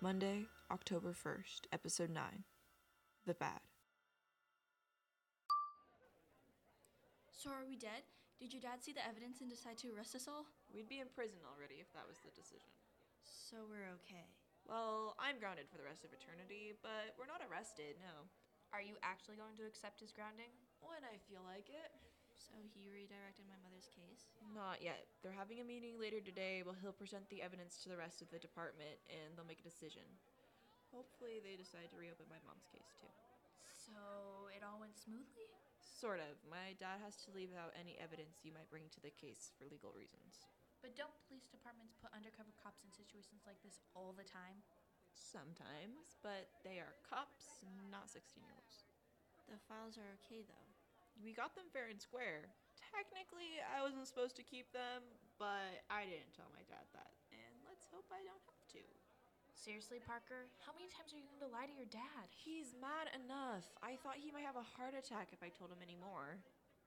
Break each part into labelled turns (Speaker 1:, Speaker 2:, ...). Speaker 1: Monday, October 1st, Episode 9 The Bad.
Speaker 2: So are we dead? Did your dad see the evidence and decide to arrest us all?
Speaker 1: We'd be in prison already if that was the decision.
Speaker 2: So we're okay.
Speaker 1: Well, I'm grounded for the rest of eternity, but we're not arrested, no.
Speaker 3: Are you actually going to accept his grounding?
Speaker 1: When I feel like it.
Speaker 2: So he redirected my mother's case?
Speaker 1: Not yet. They're having a meeting later today where he'll present the evidence to the rest of the department and they'll make a decision. Hopefully, they decide to reopen my mom's case too.
Speaker 2: So it all went smoothly?
Speaker 1: Sort of. My dad has to leave out any evidence you might bring to the case for legal reasons.
Speaker 3: But don't police departments put undercover cops in situations like this all the time?
Speaker 1: Sometimes, but they are cops, not 16 year olds.
Speaker 2: The files are okay though.
Speaker 1: We got them fair and square. Technically, I wasn't supposed to keep them, but I didn't tell my dad that. And let's hope I don't have to.
Speaker 3: Seriously, Parker, how many times are you going to lie to your dad?
Speaker 1: He's mad enough. I thought he might have a heart attack if I told him any more.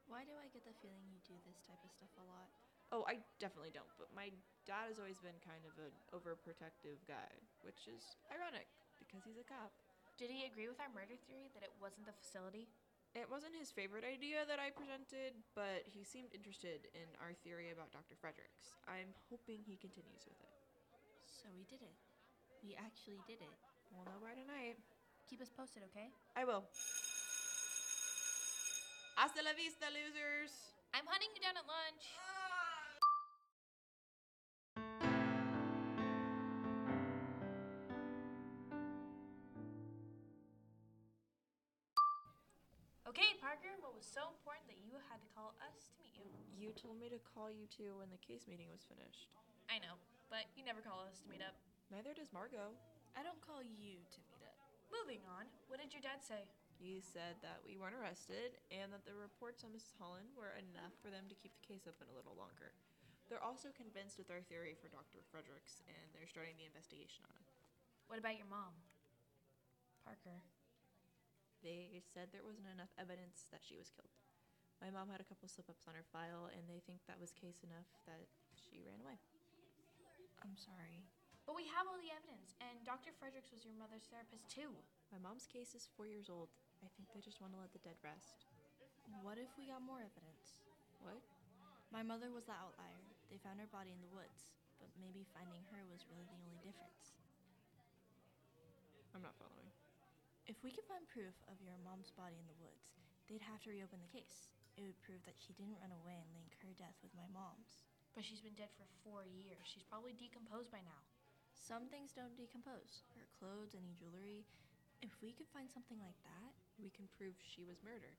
Speaker 2: Why do I get the feeling you do this type of stuff a lot?
Speaker 1: Oh, I definitely don't, but my dad has always been kind of an overprotective guy, which is ironic because he's a cop.
Speaker 3: Did he agree with our murder theory that it wasn't the facility?
Speaker 1: It wasn't his favorite idea that I presented, but he seemed interested in our theory about Dr. Fredericks. I'm hoping he continues with it.
Speaker 2: So we did it. We actually did it.
Speaker 1: We'll know by tonight.
Speaker 3: Keep us posted, okay?
Speaker 1: I will. Hasta la vista, losers!
Speaker 3: I'm hunting you down at lunch. Okay, Parker, what was so important that you had to call us to meet you?
Speaker 1: You told me to call you two when the case meeting was finished.
Speaker 3: I know, but you never call us to meet up.
Speaker 1: Neither does Margot.
Speaker 2: I don't call you to meet up.
Speaker 3: Moving on, what did your dad say?
Speaker 1: You said that we weren't arrested and that the reports on Mrs. Holland were enough for them to keep the case open a little longer. They're also convinced with our theory for Dr. Fredericks and they're starting the investigation on it.
Speaker 3: What about your mom? Parker.
Speaker 1: They said there wasn't enough evidence that she was killed. My mom had a couple slip ups on her file and they think that was case enough that she ran away.
Speaker 2: I'm sorry.
Speaker 3: But we have all the evidence, and Dr. Fredericks was your mother's therapist too.
Speaker 1: My mom's case is four years old. I think they just want to let the dead rest.
Speaker 2: What if we got more evidence?
Speaker 1: What?
Speaker 2: My mother was the outlier. They found her body in the woods, but maybe finding her was really the only difference.
Speaker 1: I'm not following.
Speaker 2: If we could find proof of your mom's body in the woods, they'd have to reopen the case. It would prove that she didn't run away and link her death with my mom's.
Speaker 3: But she's been dead for four years. She's probably decomposed by now.
Speaker 2: Some things don't decompose her clothes, any jewelry. If we could find something like that,
Speaker 1: We can prove she was murdered.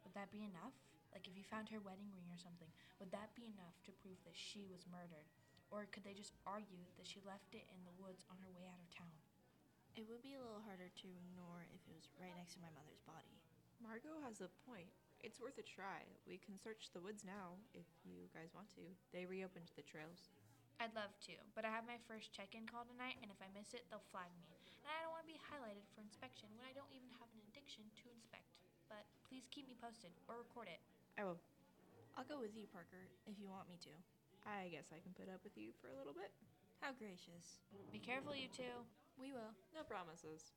Speaker 3: Would that be enough? Like if you found her wedding ring or something, would that be enough to prove that she was murdered? Or could they just argue that she left it in the woods on her way out of town?
Speaker 2: it would be a little harder to ignore if it was right next to my mother's body.
Speaker 1: Margot has a point. It's worth a try. We can search the woods now if you guys want to. They reopened the trails.
Speaker 3: I'd love to, but I have my first check in call tonight, and if I miss it, they'll flag me. And I don't want to be highlighted for inspection when I don't even have an addiction to inspect. But please keep me posted or record it.
Speaker 1: I will.
Speaker 2: I'll go with you, Parker, if you want me to.
Speaker 1: I guess I can put up with you for a little bit.
Speaker 2: How gracious.
Speaker 3: Be careful, you two.
Speaker 2: We will.
Speaker 1: No promises.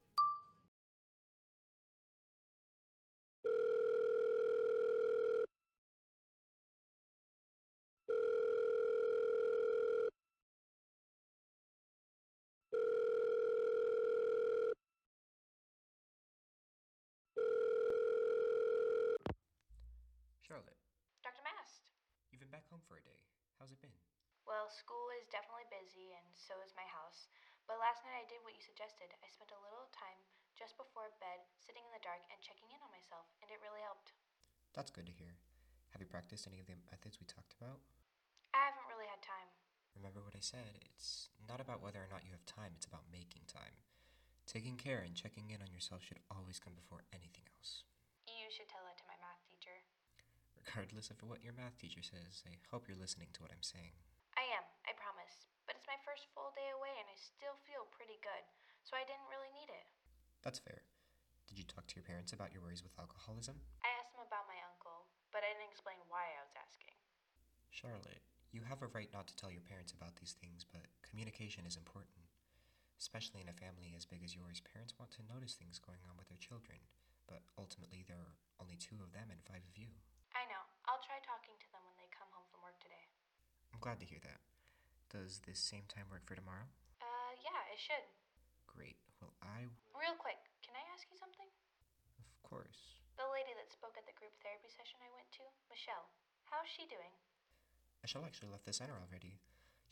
Speaker 4: Charlotte,
Speaker 3: Dr. Mast.
Speaker 4: you've been back home for a day. How's it been?
Speaker 3: Well, school is definitely busy, and so is my house. But last night I did what you suggested. I spent a little time just before bed sitting in the dark and checking in on myself, and it really helped.
Speaker 4: That's good to hear. Have you practiced any of the methods we talked about?
Speaker 3: I haven't really had time.
Speaker 4: Remember what I said. It's not about whether or not you have time, it's about making time. Taking care and checking in on yourself should always come before anything else.
Speaker 3: You should tell that to my math teacher.
Speaker 4: Regardless of what your math teacher says, I hope you're listening to what I'm saying.
Speaker 3: I am, I promise. But it's my first full day away, and I still feel pretty good, so I didn't really need it.
Speaker 4: That's fair. Did you talk to your parents about your worries with alcoholism?
Speaker 3: I asked him about my uncle, but I didn't explain why I was asking.
Speaker 4: Charlotte, you have a right not to tell your parents about these things, but communication is important. Especially in a family as big as yours, parents want to notice things going on with their children, but ultimately there are only two of them and five of you.
Speaker 3: I know. I'll try talking to them when they come home from work today.
Speaker 4: I'm glad to hear that. Does this same time work for tomorrow?
Speaker 3: Uh, yeah, it should.
Speaker 4: Great. Well, I.
Speaker 3: Real quick, can I ask you something?
Speaker 4: Of course.
Speaker 3: The lady that spoke at the group therapy session I went to, Michelle, how's she doing?
Speaker 4: Michelle actually left the center already.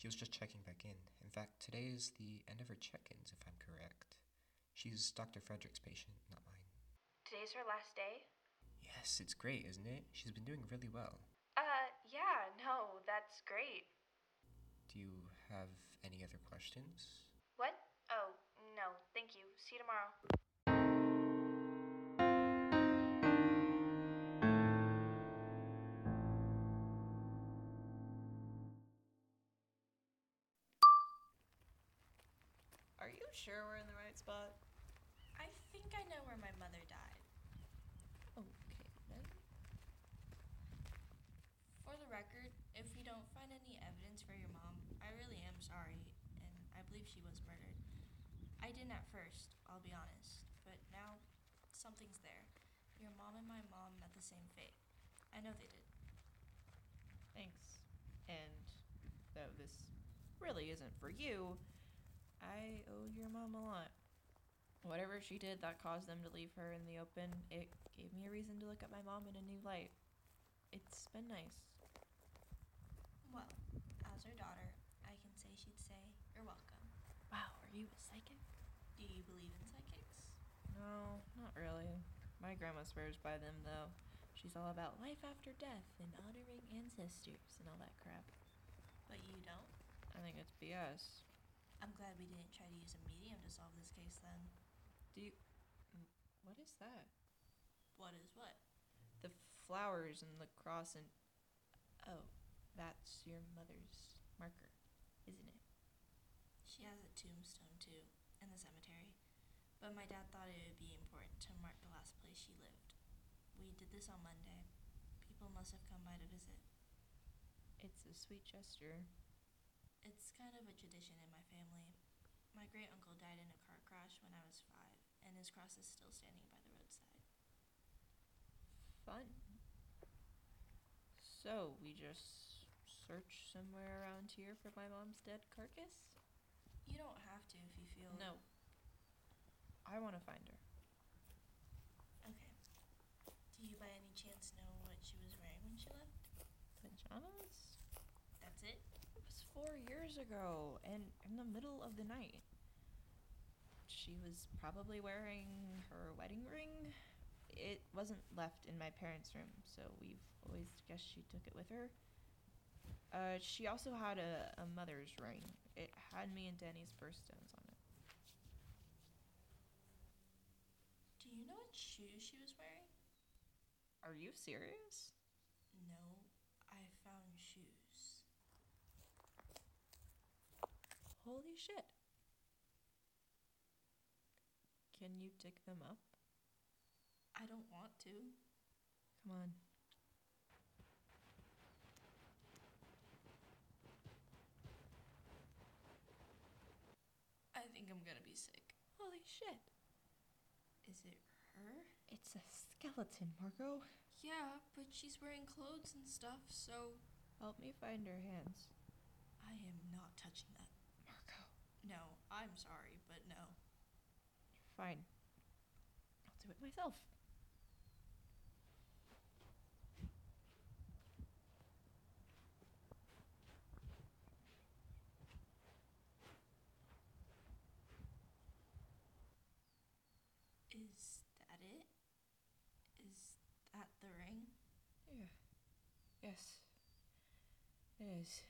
Speaker 4: She was just checking back in. In fact, today is the end of her check ins, if I'm correct. She's Dr. Frederick's patient, not mine.
Speaker 3: Today's her last day?
Speaker 4: Yes, it's great, isn't it? She's been doing really well.
Speaker 3: Uh, yeah, no, that's great.
Speaker 4: Do you have any other questions?
Speaker 3: What? Oh, no, thank you. See you tomorrow.
Speaker 1: Are you sure we're in the right spot?
Speaker 2: I think I know where my mother died.
Speaker 1: Okay.
Speaker 2: For the record, if you don't find any evidence for your mom, I really am sorry, and I believe she was murdered. I didn't at first, I'll be honest, but now something's there. Your mom and my mom met the same fate. I know they did.
Speaker 1: Thanks. And though this really isn't for you, I owe your mom a lot. Whatever she did that caused them to leave her in the open, it gave me a reason to look at my mom in a new light. It's been nice.
Speaker 2: Well, as her daughter, I can say she'd say, You're welcome.
Speaker 1: Wow, are you a psychic?
Speaker 2: Do you believe in psychics?
Speaker 1: No, not really. My grandma swears by them, though. She's all about life after death and honoring ancestors and all that crap.
Speaker 2: But you don't?
Speaker 1: I think it's BS.
Speaker 2: I'm glad we didn't try to use a medium to solve this case then.
Speaker 1: Do you. m- What is that?
Speaker 2: What is what?
Speaker 1: The flowers and the cross and. Oh, that's your mother's marker, isn't it?
Speaker 2: She has a tombstone too, in the cemetery. But my dad thought it would be important to mark the last place she lived. We did this on Monday. People must have come by to visit.
Speaker 1: It's a sweet gesture.
Speaker 2: It's kind of a tradition in my family. My great uncle died in a car crash when I was five, and his cross is still standing by the roadside.
Speaker 1: Fun. So, we just search somewhere around here for my mom's dead carcass?
Speaker 2: You don't have to if you feel.
Speaker 1: No. I want to find her.
Speaker 2: Okay. Do you by any chance know what she was wearing when she left?
Speaker 1: Pajamas?
Speaker 2: That's it?
Speaker 1: It was four years ago, and in the middle of the night. She was probably wearing her wedding ring. It wasn't left in my parents' room, so we've always guessed she took it with her. Uh, she also had a, a mother's ring. It had me and Danny's birthstones on it.
Speaker 2: Do you know what shoes she was wearing?
Speaker 1: Are you serious?
Speaker 2: No, I found shoes.
Speaker 1: Holy shit. Can you dig them up?
Speaker 2: I don't want to.
Speaker 1: Come on.
Speaker 2: I think I'm gonna be sick.
Speaker 1: Holy shit.
Speaker 2: Is it her?
Speaker 1: It's a skeleton, Margot.
Speaker 2: Yeah, but she's wearing clothes and stuff, so.
Speaker 1: Help me find her hands.
Speaker 2: I am not touching that.
Speaker 1: Margot.
Speaker 2: No, I'm sorry, but no.
Speaker 1: Fine. I'll do it myself.
Speaker 2: Is that it? Is that the ring?
Speaker 1: Yeah. Yes. It is.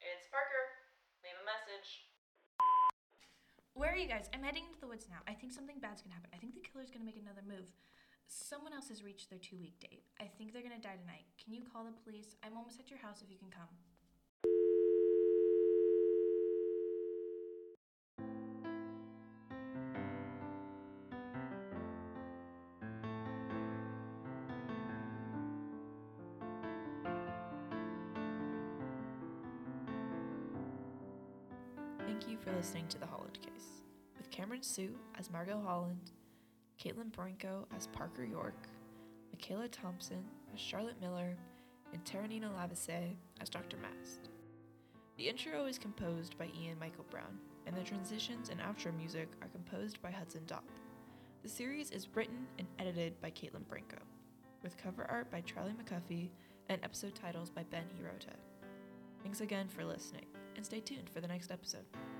Speaker 5: It's Parker. Leave a message.
Speaker 3: Where are you guys? I'm heading into the woods now. I think something bad's gonna happen. I think the killer's gonna make another move. Someone else has reached their two week date. I think they're gonna die tonight. Can you call the police? I'm almost at your house if you can come.
Speaker 1: Thank you for listening to The Holland Case with Cameron Sue as Margot Holland, Caitlin Brinko as Parker York, Michaela Thompson as Charlotte Miller, and Terranina Lavisse as Dr. Mast. The intro is composed by Ian Michael Brown, and the transitions and outro music are composed by Hudson Dopp. The series is written and edited by Caitlin Brinko, with cover art by Charlie McCuffey and episode titles by Ben Hirota. Thanks again for listening, and stay tuned for the next episode.